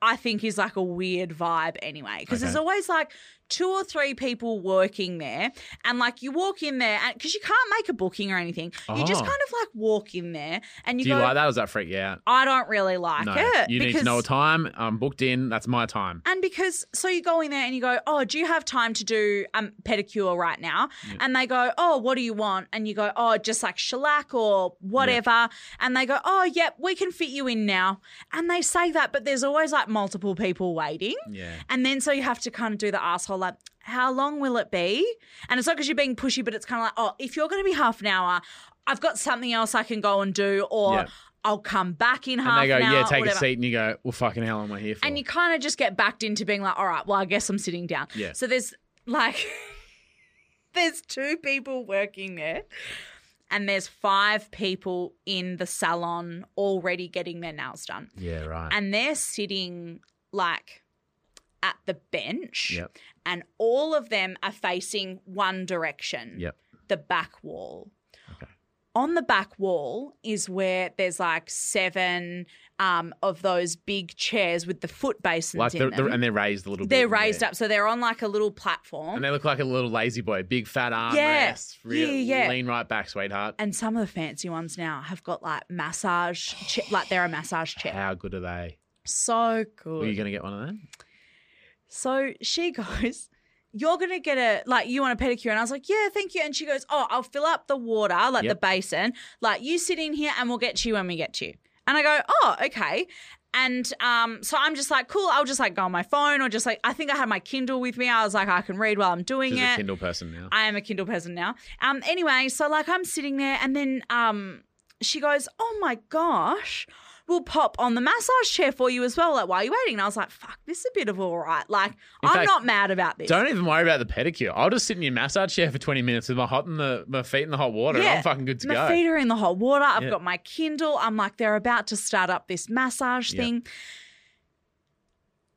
Speaker 2: I think is like a weird vibe anyway because there's
Speaker 1: Okay.
Speaker 2: always like two or three people working there and like you walk in there and cuz you can't make a booking or anything. You just
Speaker 1: Oh.
Speaker 2: kind of like walk in there and you
Speaker 1: do you
Speaker 2: go
Speaker 1: like that? Or does that freak you out?
Speaker 2: I don't really like
Speaker 1: no,
Speaker 2: it.
Speaker 1: you need to
Speaker 2: because-
Speaker 1: know a time. I'm booked in. That's my time.
Speaker 2: and because, so you go in there and you go, oh, do you have time to do um, pedicure right now? And they go, oh, what do you want? And you go, oh, just like shellac or whatever. And they go, oh, yep, we can fit you in now. And they say that, but there's always like multiple people waiting.
Speaker 1: Yeah.
Speaker 2: And then so you have to kind of do the asshole like, how long will it be? And it's not because you're being pushy, but it's kind of like, oh, if you're going to be half an hour, I've got something else I can go and do, or
Speaker 1: Yeah.
Speaker 2: I'll come back in half
Speaker 1: And they go,
Speaker 2: an hour.
Speaker 1: yeah,
Speaker 2: or
Speaker 1: take a
Speaker 2: whatever."
Speaker 1: seat, and you go, well, fucking hell, am I here for?
Speaker 2: And you kind of just get backed into being like, all right, well, I guess I'm sitting down.
Speaker 1: Yeah.
Speaker 2: So there's like, there's two people working there, and there's five people in the salon already getting their nails done.
Speaker 1: yeah, right.
Speaker 2: And they're sitting like at the bench,
Speaker 1: Yep.
Speaker 2: and all of them are facing one direction
Speaker 1: Yep.
Speaker 2: the back wall.
Speaker 1: Okay.
Speaker 2: On the back wall is where there's like seven um, of those big chairs with the foot basins
Speaker 1: Like
Speaker 2: in
Speaker 1: they're,
Speaker 2: them.
Speaker 1: they're- and they're raised a little bit.
Speaker 2: they're
Speaker 1: yeah.
Speaker 2: raised up, so they're on like a little platform.
Speaker 1: And
Speaker 2: And,
Speaker 1: they look like a little lazy boy, big fat arm
Speaker 2: Yeah.
Speaker 1: rests, really
Speaker 2: Yeah, yeah.
Speaker 1: lean right back, sweetheart.
Speaker 2: some of the fancy ones now have got like massage, cha- like they're a massage chair.
Speaker 1: How good are they? Were
Speaker 2: So good.
Speaker 1: you going to get one of them?
Speaker 2: So she goes, You're going to get a, like, you want a pedicure? And I was like, Yeah, thank you. And she goes, Oh, I'll fill up the water, like
Speaker 1: Yep.
Speaker 2: the basin. Like, you sit in here and we'll get to you when we get to you. And I go, Oh, okay. And um, so I'm just like, Cool, I'll just like go on my phone or just like, I think I had my Kindle with me. I was like, I can read while I'm doing
Speaker 1: She's
Speaker 2: it.
Speaker 1: a Kindle person now.
Speaker 2: I am a Kindle person now. Um, anyway, so like I'm sitting there, and then um, she goes, "Oh my gosh." We'll pop on the massage chair for you as well. Like, while you're waiting, and I was like, "Fuck, this is a bit of all right." Like, I'm
Speaker 1: fact,
Speaker 2: not mad about this.
Speaker 1: Don't even worry about the pedicure. I'll just sit in your massage chair for 20 minutes with my hot in the my feet in the hot water and I'm fucking good to
Speaker 2: my
Speaker 1: go.
Speaker 2: feet are in the hot water. I've
Speaker 1: Yeah.
Speaker 2: got my Kindle. I'm like, they're about to start up this massage
Speaker 1: Yeah.
Speaker 2: thing.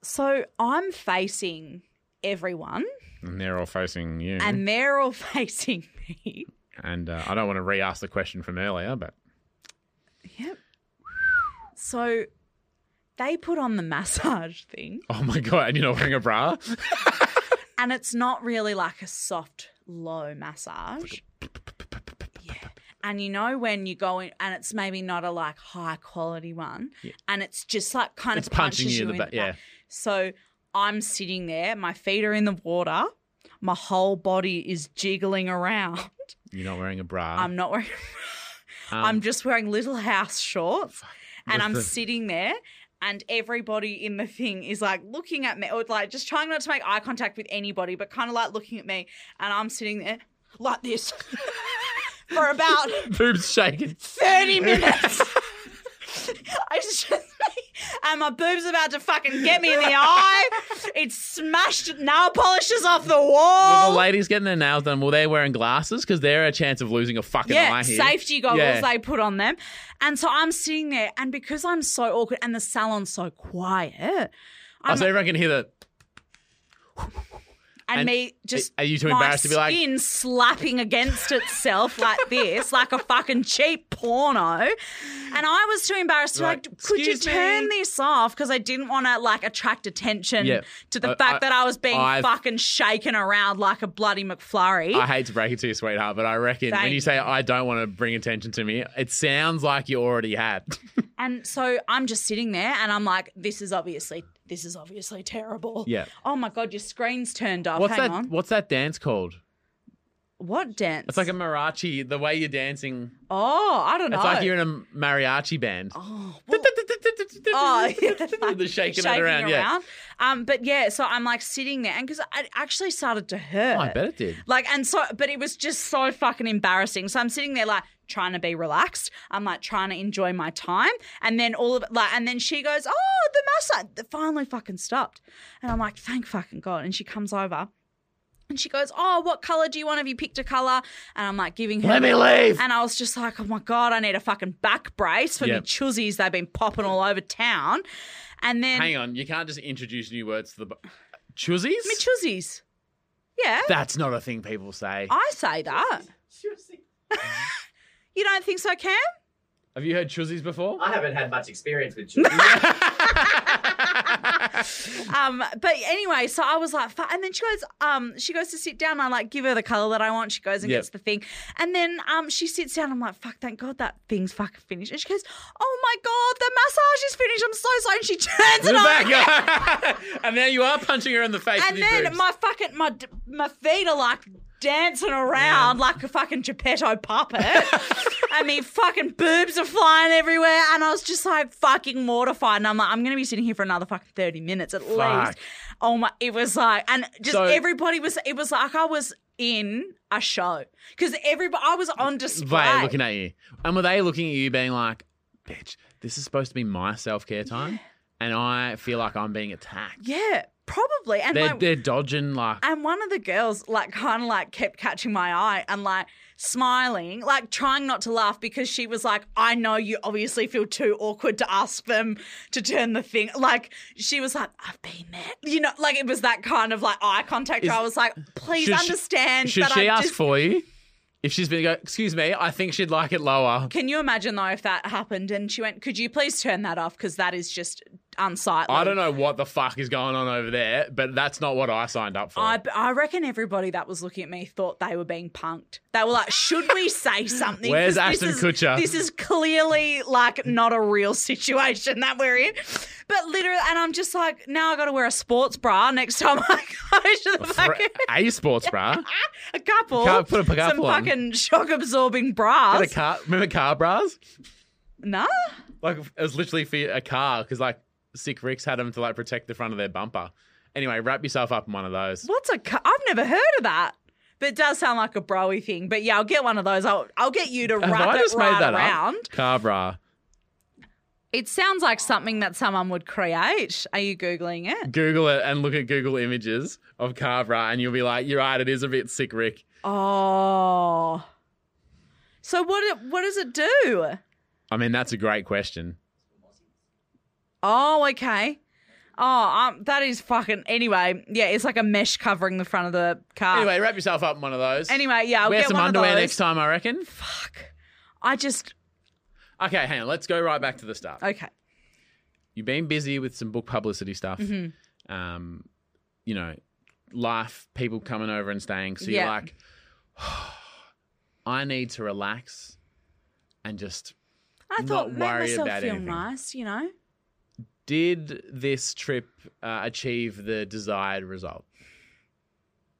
Speaker 2: So I'm facing everyone
Speaker 1: And they're all facing you. And,
Speaker 2: and they're all facing me.
Speaker 1: uh, I don't want to re ask the question from earlier, but
Speaker 2: Yep. So they put on the massage thing,
Speaker 1: oh my God, and you're not wearing a bra?
Speaker 2: and it's not really like a soft, low massage. Yeah. And you know when you go in, and it's maybe not a like high quality one, and it's just like kind
Speaker 1: It's
Speaker 2: of
Speaker 1: punching
Speaker 2: punches
Speaker 1: you in the
Speaker 2: in
Speaker 1: back. Yeah.
Speaker 2: So I'm sitting there, my feet are in the water, my whole body is jiggling around.
Speaker 1: You're not wearing a bra.
Speaker 2: I'm not wearing
Speaker 1: Um,
Speaker 2: I'm just wearing little house shorts and
Speaker 1: With
Speaker 2: I'm
Speaker 1: the-
Speaker 2: sitting there and everybody in the thing is like looking at me or like just trying not to make eye contact with anybody but kind of like looking at me and I'm sitting there like this for about
Speaker 1: boobs shaking.
Speaker 2: 30 minutes. I just and my boob's about to fucking get me in the eye. It's smashed nail polishes off the
Speaker 1: Well,
Speaker 2: wall.
Speaker 1: the ladies getting their nails done, well, they're wearing glasses because they're a chance of losing a fucking
Speaker 2: yeah,
Speaker 1: eye here.
Speaker 2: safety goggles
Speaker 1: Yeah.
Speaker 2: they put on them. And so I'm sitting there, and because I'm so awkward and the salon's so quiet,
Speaker 1: Oh, so everyone can hear the.
Speaker 2: and,
Speaker 1: And
Speaker 2: me just
Speaker 1: are you too
Speaker 2: my
Speaker 1: embarrassed to be like-
Speaker 2: skin slapping against itself like this, like a fucking cheap porno. And I was too embarrassed to be
Speaker 1: Right.
Speaker 2: like, could
Speaker 1: Excuse
Speaker 2: you
Speaker 1: me."
Speaker 2: turn this off? Because I didn't want to like attract attention
Speaker 1: Yeah.
Speaker 2: to the
Speaker 1: I-
Speaker 2: fact
Speaker 1: I-
Speaker 2: that I was being
Speaker 1: I've-
Speaker 2: fucking shaken around like a bloody McFlurry.
Speaker 1: I hate to break it to you, sweetheart, but I reckon when
Speaker 2: Thank
Speaker 1: you say I don't want to bring attention to me, it sounds like you already had.
Speaker 2: And so I'm just sitting there and I'm like, this is obviously this is obviously terrible.
Speaker 1: Yeah.
Speaker 2: Oh my god, your screen's turned off.
Speaker 1: What's
Speaker 2: Oh, Hang
Speaker 1: that?
Speaker 2: on.
Speaker 1: What's that dance called?
Speaker 2: What dance?
Speaker 1: It's like a mariachi. The way you're dancing,
Speaker 2: Oh, I don't know.
Speaker 1: it's like you're in a mariachi band.
Speaker 2: Oh, well- oh, yeah, like
Speaker 1: the shaking, it around. Yeah,
Speaker 2: Um, but yeah, so I'm like sitting there, and because it actually started to hurt.
Speaker 1: oh, I bet it did.
Speaker 2: Like, and so, but it was just so fucking embarrassing. So I'm sitting there, like, trying to be relaxed. I'm like trying to enjoy my time. And then all of like, and then she goes, Oh, the massage that finally fucking stopped. And I'm like, Thank fucking God. And she comes over and she goes, Oh, what color do you want? Have you picked a color? And I'm like, giving her.
Speaker 1: Let me leave.
Speaker 2: And I was just like, oh my God, I need a fucking back brace for
Speaker 1: Yep.
Speaker 2: me chuzies. They've been popping all over town. And then.
Speaker 1: Hang on, you can't just introduce new words to the chuzies.
Speaker 2: Me chuzies. Yeah.
Speaker 1: That's not a thing people say.
Speaker 2: I say that. you don't think so, Cam?
Speaker 1: Have you heard chuzies before?
Speaker 5: I haven't had much experience with children.
Speaker 2: Um, but anyway, so I was like, "Fu-" and then she goes, um, she goes to sit down. I like give her the color that I want. She goes and
Speaker 1: Yep.
Speaker 2: gets the thing, and then um, she sits down. I'm like, fuck, thank God that thing's fucking finished. And she goes, oh my God, the massage is finished. I'm so sorry. And she
Speaker 1: We're
Speaker 2: turns it on.
Speaker 1: back. and now you are punching her in the face.
Speaker 2: And
Speaker 1: with your
Speaker 2: then
Speaker 1: boobs.
Speaker 2: my fucking my d- my feet are like dancing around like a fucking Geppetto puppet. I mean, fucking boobs are flying everywhere, and I was just like fucking mortified. And I'm like, I'm gonna be sitting here for another fucking thirty minutes at least. Oh my! It was like, and just
Speaker 1: So-
Speaker 2: everybody was. It was like I was in a show because everybody I was on display.
Speaker 1: Vay looking at you. And were they looking at you being like, bitch, this is supposed to be my self care time? And I feel like I'm being attacked.
Speaker 2: yeah, probably. And
Speaker 1: They're,
Speaker 2: my-
Speaker 1: they're dodging like
Speaker 2: And one of the girls, like, kind of like kept catching my eye and like smiling, like trying not to laugh because she was like, I know you obviously feel too awkward to ask them to turn the thing. Like, she was like, I've been there. You know, like it was that kind of like eye contact. where
Speaker 1: Is-
Speaker 2: I was like, please
Speaker 1: Should she-
Speaker 2: understand.
Speaker 1: Should
Speaker 2: that
Speaker 1: she
Speaker 2: I
Speaker 1: ask
Speaker 2: just...
Speaker 1: for you? If she's been go, excuse me, I think she'd like it lower.
Speaker 2: Can you imagine though if that happened and she went, could you please turn that off? Because that is just unsightly.
Speaker 1: I don't know what the fuck is going on over there, but that's not what I signed up for.
Speaker 2: I, I reckon everybody that was looking at me thought they were being punked. They were like, should we say something?
Speaker 1: Where's
Speaker 2: 'Cause this
Speaker 1: Ashton
Speaker 2: is-
Speaker 1: Kutcher?
Speaker 2: This is clearly like not a real situation that we're in. But literally, and I'm just like, now I got to wear a sports bra next time I go to the
Speaker 1: For
Speaker 2: fucking.
Speaker 1: a sports bra.
Speaker 2: A couple.
Speaker 1: Can't put a
Speaker 2: some
Speaker 1: couple on.
Speaker 2: fucking shock absorbing
Speaker 1: Had a
Speaker 2: bras.
Speaker 1: car, remember car bras?
Speaker 2: no?
Speaker 1: Like it was literally for a car because like sick Ricks had them to like protect the front of their bumper. Anyway, wrap yourself up in one of those.
Speaker 2: What's a. Cu- I've never heard of that. But it does sound like a broy thing. But yeah, I'll get one of those. I'll, I'll get you to
Speaker 1: Have
Speaker 2: wrap
Speaker 1: I
Speaker 2: it
Speaker 1: just
Speaker 2: right
Speaker 1: made that
Speaker 2: around.
Speaker 1: up? Car bra.
Speaker 2: It sounds like something that someone would create. Are you Googling it?
Speaker 1: Google it and look at Google images of car bra, and you'll be like, "You're right. It is a bit sick, Rick."
Speaker 2: Oh. So what it- what does it do?
Speaker 1: I mean, that's a great question.
Speaker 2: Oh, okay. Oh, um, that is fucking. Anyway, yeah, it's like a mesh covering the front of the car.
Speaker 1: Anyway, wrap yourself up in one of those.
Speaker 2: Ah. Anyway, yeah, I'll
Speaker 1: wear
Speaker 2: get
Speaker 1: some
Speaker 2: one
Speaker 1: underwear
Speaker 2: of those.
Speaker 1: next time, I reckon.
Speaker 2: I just
Speaker 1: Okay, hang on. Let's go right back to the start.
Speaker 2: okay.
Speaker 1: You've been busy with some book publicity stuff.
Speaker 2: Mm-hmm.
Speaker 1: Um, you know, life, people coming over and staying. So
Speaker 2: Yeah.
Speaker 1: you're like, I need to relax and just.
Speaker 2: I
Speaker 1: Not
Speaker 2: thought make
Speaker 1: worry
Speaker 2: myself
Speaker 1: about
Speaker 2: feel
Speaker 1: anything.
Speaker 2: nice, you know.
Speaker 1: Did this trip uh, achieve the desired result?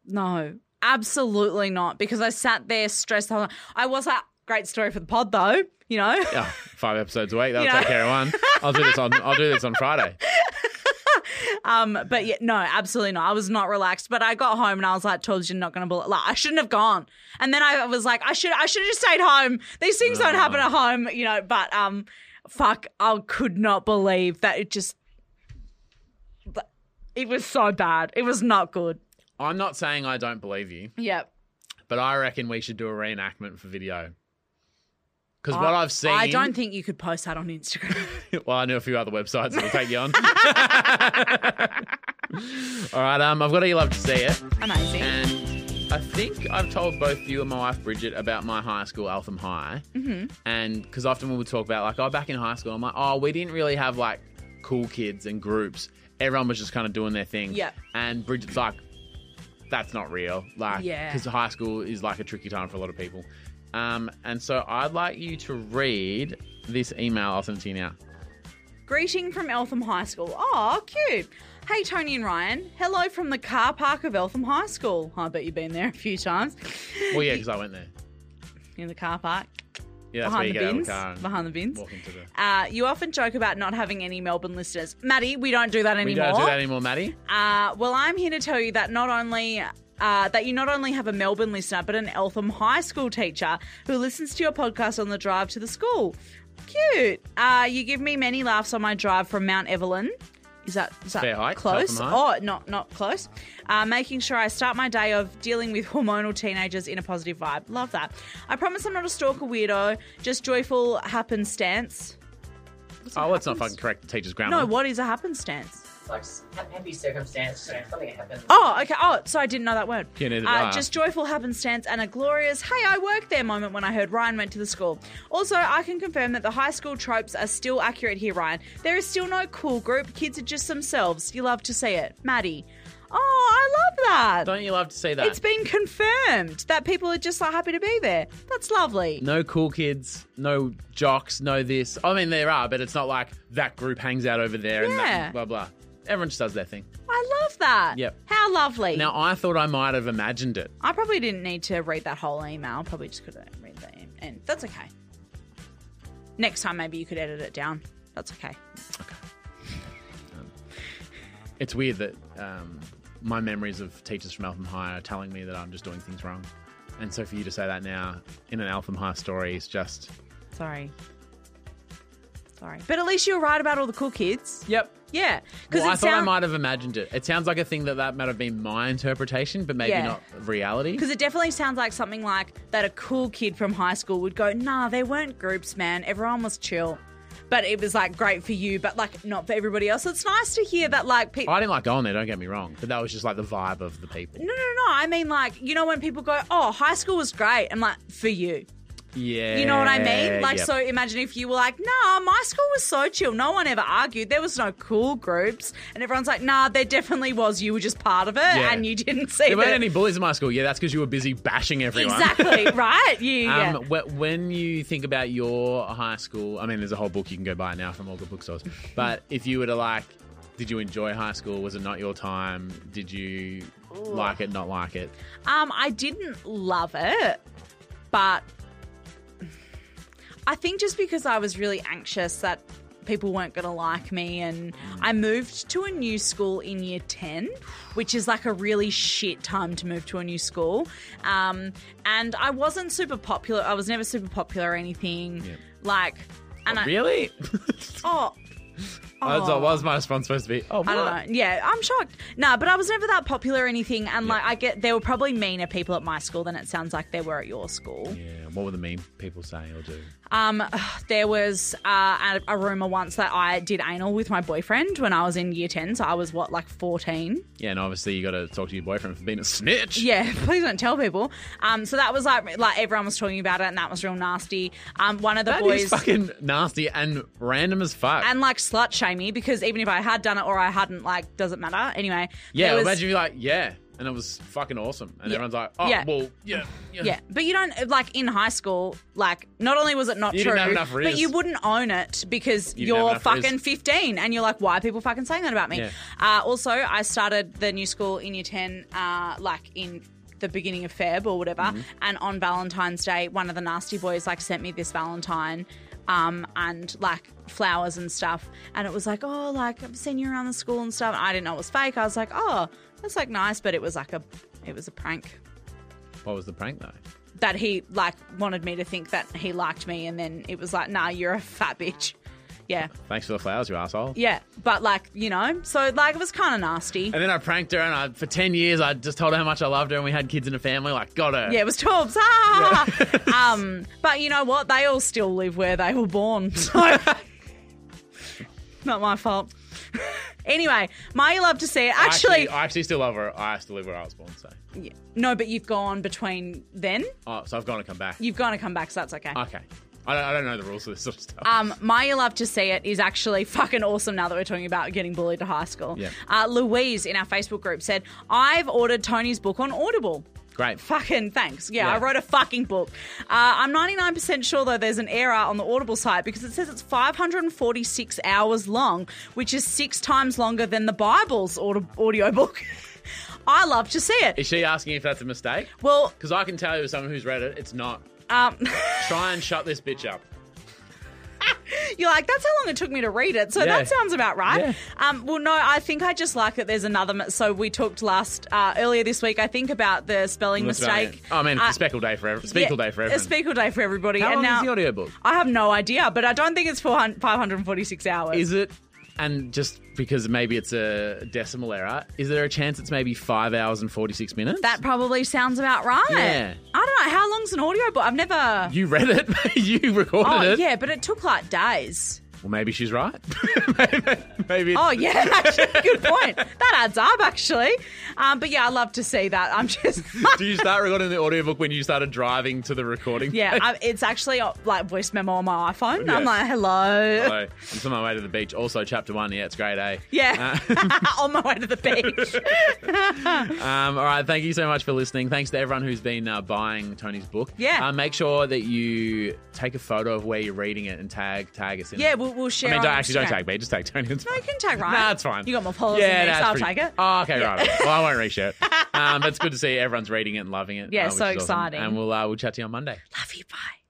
Speaker 2: No, absolutely not. Because I sat there stressed. the whole time. I was like, great story for the pod though, you know.
Speaker 1: Yeah, Oh, five episodes a week. That'll
Speaker 2: You know.
Speaker 1: take care of one. I'll do this on. I'll do this on Friday.
Speaker 2: Um, but yeah, no, absolutely not. I was not relaxed. But I got home and I was like, "Told you, not gonna believe." Like, I shouldn't have gone. And then I was like, "I should, I should have just stayed home." These things don't happen at home, you know. But um, fuck, I could not believe that it just. but It was so bad. It was not good.
Speaker 1: I'm not saying I don't believe you,
Speaker 2: Yep.
Speaker 1: but I reckon we should do a reenactment for video. Because what I've seen,
Speaker 2: Uh, I don't think you could post that on Instagram.
Speaker 1: well, I know a few other websites that'll take you on. All right, um, I've got you love to see it,
Speaker 2: Amazing.
Speaker 1: and I think I've told both you and my wife Bridget about my high school, Eltham High, mm-hmm. and because often we would talk about like, oh, back in high school, I'm like, oh, we didn't really have like cool kids and groups. Everyone was just kind of doing their thing.
Speaker 2: Yep.
Speaker 1: And Bridget's like, that's not real. Like,
Speaker 2: Yeah.
Speaker 1: because high school is like a tricky time for a lot of people. Um, and so I'd like you to read this email I'll send to you now.
Speaker 2: Greeting from Eltham High School. Oh, cute. Hey, Tony and Ryan. Hello from the car park of Eltham High School. I bet you've been there a few times.
Speaker 1: Well, yeah, because I went there.
Speaker 2: In the car park,
Speaker 1: Yeah, that's where
Speaker 2: behind
Speaker 1: you
Speaker 2: the
Speaker 1: get out of
Speaker 2: bins.
Speaker 1: the car and
Speaker 2: Behind the bins.
Speaker 1: walk into the.
Speaker 2: Uh, you often joke about not having any Melbourne listeners. Maddie, we don't do that
Speaker 1: We
Speaker 2: anymore.
Speaker 1: don't do that anymore, Maddie.
Speaker 2: Uh, well, I'm here to tell you that not only. Uh, that you not only have a Melbourne listener, but an Eltham High School teacher who listens to your podcast on the drive to the school. Cute. Uh, you give me many laughs on my drive from Mount Evelyn. Is that, is that
Speaker 1: Fair height,
Speaker 2: close?
Speaker 1: Eltham High.
Speaker 2: Oh, not not close. Uh, making sure I start my day of dealing with hormonal teenagers in a positive vibe. Love that. I promise I'm not a stalker weirdo. Just joyful happenstance.
Speaker 1: Oh, let's not fucking correct the teacher's grammar.
Speaker 2: No, what is a happenstance?
Speaker 5: It's like s- happy circumstance, you know, something happens.
Speaker 2: Oh, okay. Oh, so I didn't know that word.
Speaker 1: Yeah, neither did I.
Speaker 2: uh, just joyful happenstance and a glorious "Hey, I work there" moment when I heard Ryan went to the school. Also, I can confirm that the high school tropes are still accurate here, Ryan. There is still no cool group. Kids are just themselves. You love to see it, Maddie. Oh, I love that.
Speaker 1: Don't you love to see that?
Speaker 2: It's been confirmed that people are just like happy to be there. That's lovely.
Speaker 1: no cool kids, no jocks, no this. I mean, there are, but it's not like that group hangs out over there and
Speaker 2: Yeah.
Speaker 1: that, blah, blah. Everyone just does their thing.
Speaker 2: I love that.
Speaker 1: Yep.
Speaker 2: How lovely.
Speaker 1: Now, I thought I might have imagined it.
Speaker 2: I probably didn't need to read that whole email. Probably just could have read the em- and that's okay. Next time, maybe you could edit it down. That's okay.
Speaker 1: It's weird that um, my memories of teachers from Eltham High are telling me that I'm just doing things wrong. And so for you to say that now in an Eltham High story is just,
Speaker 2: Sorry. Sorry. But at least you were right about all the cool kids.
Speaker 1: yep.
Speaker 2: Yeah. Because
Speaker 1: Well, I
Speaker 2: it
Speaker 1: thought I
Speaker 2: sound-
Speaker 1: might have imagined it. It sounds like a thing that that might have been my interpretation, but maybe
Speaker 2: Yeah.
Speaker 1: not reality.
Speaker 2: Because it definitely sounds like something like that a cool kid from high school would go, nah, they weren't groups, man. Everyone was chill. But it was like great for you, but like not for everybody else. It's nice to hear that like people.
Speaker 1: I didn't like going there, don't get me wrong, but that was just like the vibe of the people.
Speaker 2: No, no, no. I mean, like, you know, when people go, oh, high school was great. I'm like, for you.
Speaker 1: Yeah.
Speaker 2: You know what I mean? Like,
Speaker 1: yep.
Speaker 2: so imagine if you were like, nah, my school was so chill. No one ever argued. There was no cool groups. And everyone's like, nah, there definitely was. You were just part of it
Speaker 1: Yeah.
Speaker 2: and you didn't see
Speaker 1: There
Speaker 2: that.
Speaker 1: weren't any bullies in my school. Yeah, that's because you were busy bashing everyone.
Speaker 2: exactly, right? You, yeah.
Speaker 1: Um, wh- When you think about your high school, I mean, there's a whole book you can go buy now from all good bookstores. But if you were to like, did you enjoy high school? Was it not your time? Did you like it? Not like it?
Speaker 2: Um, I didn't love it, but I think just because I was really anxious that people weren't going to like me,
Speaker 1: Mm.
Speaker 2: and I moved to a new school in year 10, which is like a really shit time to move to a new school. Um, and I wasn't super popular, I was never super popular or anything.
Speaker 1: Yeah.
Speaker 2: Like, and I,
Speaker 1: really?
Speaker 2: oh,
Speaker 1: That's what was my response supposed to be? Oh,
Speaker 2: I
Speaker 1: what?
Speaker 2: don't know. Yeah, I'm shocked. Nah, but I was never that popular or anything. And like, I get there were probably meaner people at my school than it sounds like there were at your school.
Speaker 1: Yeah. What were the mean people saying or do?
Speaker 2: Um, there was uh, a, a rumor once that I did anal with my boyfriend when I was in year 10. So I was, what, like 14?
Speaker 1: Yeah, and obviously you got to talk to your boyfriend for being a snitch.
Speaker 2: Yeah, please don't tell people. Um, so that was like, like everyone was talking about it and that was real nasty. Um, one of the
Speaker 1: That
Speaker 2: boys.
Speaker 1: is fucking nasty and random as fuck.
Speaker 2: and like slut shame me because even if I had done it or I hadn't, like, doesn't matter. Anyway,
Speaker 1: yeah,
Speaker 2: there was-
Speaker 1: imagine you're like, yeah, and it was fucking awesome, and
Speaker 2: Yeah.
Speaker 1: everyone's like, oh,
Speaker 2: Yeah.
Speaker 1: well, yeah, yeah.
Speaker 2: Yeah, but you don't like in high school. Like, not only was it not
Speaker 1: You
Speaker 2: true,
Speaker 1: didn't have enough
Speaker 2: but
Speaker 1: riz.
Speaker 2: you wouldn't own it because
Speaker 1: You
Speaker 2: you
Speaker 1: didn't have
Speaker 2: are
Speaker 1: enough riz.
Speaker 2: fucking fifteen, and you're like, why are people fucking saying that about me?
Speaker 1: Yeah.
Speaker 2: Uh, also, I started the new school in year ten, uh, like in the beginning of Feb or whatever,
Speaker 1: Mm-hmm.
Speaker 2: and on Valentine's Day, one of the nasty boys like sent me this Valentine. Um, and like flowers and stuff. And it was like, oh, like I've seen you around the school and stuff. And I didn't know it was fake. I was like, oh, that's like nice, but it was like a, it was a prank
Speaker 1: What was the prank though?
Speaker 2: that he like wanted me to think that he liked me and then it was like nah you're a fat bitch yeah
Speaker 1: Thanks for the flowers, you asshole.
Speaker 2: yeah but like you know so like it was kind of nasty
Speaker 1: And then I pranked her, and I for ten years I just told her how much I loved her, and we had kids and a family. Like, got her.
Speaker 2: yeah it was torbs ah! um but you know what they all still live where they were born so not my fault anyway my you love to see it
Speaker 1: I
Speaker 2: actually,
Speaker 1: I actually still love her. I still live where I was born, so
Speaker 2: no but you've gone between then
Speaker 1: oh, so I've gone to come back.
Speaker 2: you've gone to come back so that's okay
Speaker 1: okay, I don't, I don't know the rules of this sort of stuff.
Speaker 2: Um, my You love to see it is actually fucking awesome now that we're talking about getting bullied to high school.
Speaker 1: Yeah.
Speaker 2: Uh, Louise in our Facebook group said, I've ordered Tony's book on Audible.
Speaker 1: Great.
Speaker 2: Fucking thanks. Yeah,
Speaker 1: Yeah.
Speaker 2: I wrote a fucking book. Uh, I'm 99% sure, though, there's an error on the Audible site because it says it's 546 hours long, which is six times longer than the Bible's audi- audiobook. I love to see it.
Speaker 1: Is she asking if that's a mistake?
Speaker 2: Well,
Speaker 1: Because I can tell you, as someone who's read it, it's not.
Speaker 2: um,
Speaker 1: Try and shut this bitch up.
Speaker 2: You're like, that's how long it took me to read it. So
Speaker 1: Yeah.
Speaker 2: that sounds about right.
Speaker 1: Yeah.
Speaker 2: Um, well, no, I think I just like that there's another. m- So we talked last uh, earlier this week, I think, about the spelling
Speaker 1: That's about
Speaker 2: mistake.
Speaker 1: it. Oh man, it's
Speaker 2: Uh,
Speaker 1: a speckle day for everyone.
Speaker 2: yeah,
Speaker 1: Speckle day for
Speaker 2: A
Speaker 1: everyone.
Speaker 2: speckle day for everybody.
Speaker 1: How
Speaker 2: and
Speaker 1: long
Speaker 2: now,
Speaker 1: is the audiobook?
Speaker 2: I have no idea, but I don't think it's 400, 546 hours.
Speaker 1: Is it? And just because maybe it's a decimal error, is there a chance it's maybe five hours and forty six minutes?
Speaker 2: that probably sounds about right.
Speaker 1: Yeah.
Speaker 2: I don't know. How long's an audiobook? I've never.
Speaker 1: you read it, you recorded
Speaker 2: Oh,
Speaker 1: it.
Speaker 2: yeah, but it took like days.
Speaker 1: Well, maybe she's right. maybe, maybe
Speaker 2: Oh, yeah, actually, good point. That adds up, actually. Um, but yeah, I love to see that. I'm just.
Speaker 1: Do you start recording the audiobook when you started driving to the recording?
Speaker 2: Yeah,
Speaker 1: place?
Speaker 2: I, it's actually uh, like voice memo on my iPhone.
Speaker 1: Yeah.
Speaker 2: I'm like, hello.
Speaker 1: Hello. I'm on my way to the beach. Also, chapter one. Yeah, it's great, eh?
Speaker 2: Yeah, on my way to the beach.
Speaker 1: Um, all right. Thank you so much for listening. Thanks to everyone who's been uh, buying Tony's book.
Speaker 2: Yeah.
Speaker 1: Uh, make sure that you take a photo of where you're reading it and tag tag us in.
Speaker 2: Yeah,
Speaker 1: it.
Speaker 2: we'll, we'll share.
Speaker 1: I mean,
Speaker 2: on
Speaker 1: don't, actually, don't
Speaker 2: Instagram.
Speaker 1: tag me. Just tag Tony. It's
Speaker 2: No, you
Speaker 1: fine.
Speaker 2: can tag Ryan.
Speaker 1: Nah, it's fine.
Speaker 2: You got more followers than me,
Speaker 1: that's
Speaker 2: so I'll
Speaker 1: pretty-
Speaker 2: tag it.
Speaker 1: Oh, okay, right. Well, I won't reshoot. it. Um, that's good to see everyone's reading it and loving it.
Speaker 2: Yeah,
Speaker 1: uh, which
Speaker 2: so
Speaker 1: is awesome.
Speaker 2: exciting.
Speaker 1: And we'll uh, we'll chat to you on Monday.
Speaker 2: Love you. Bye.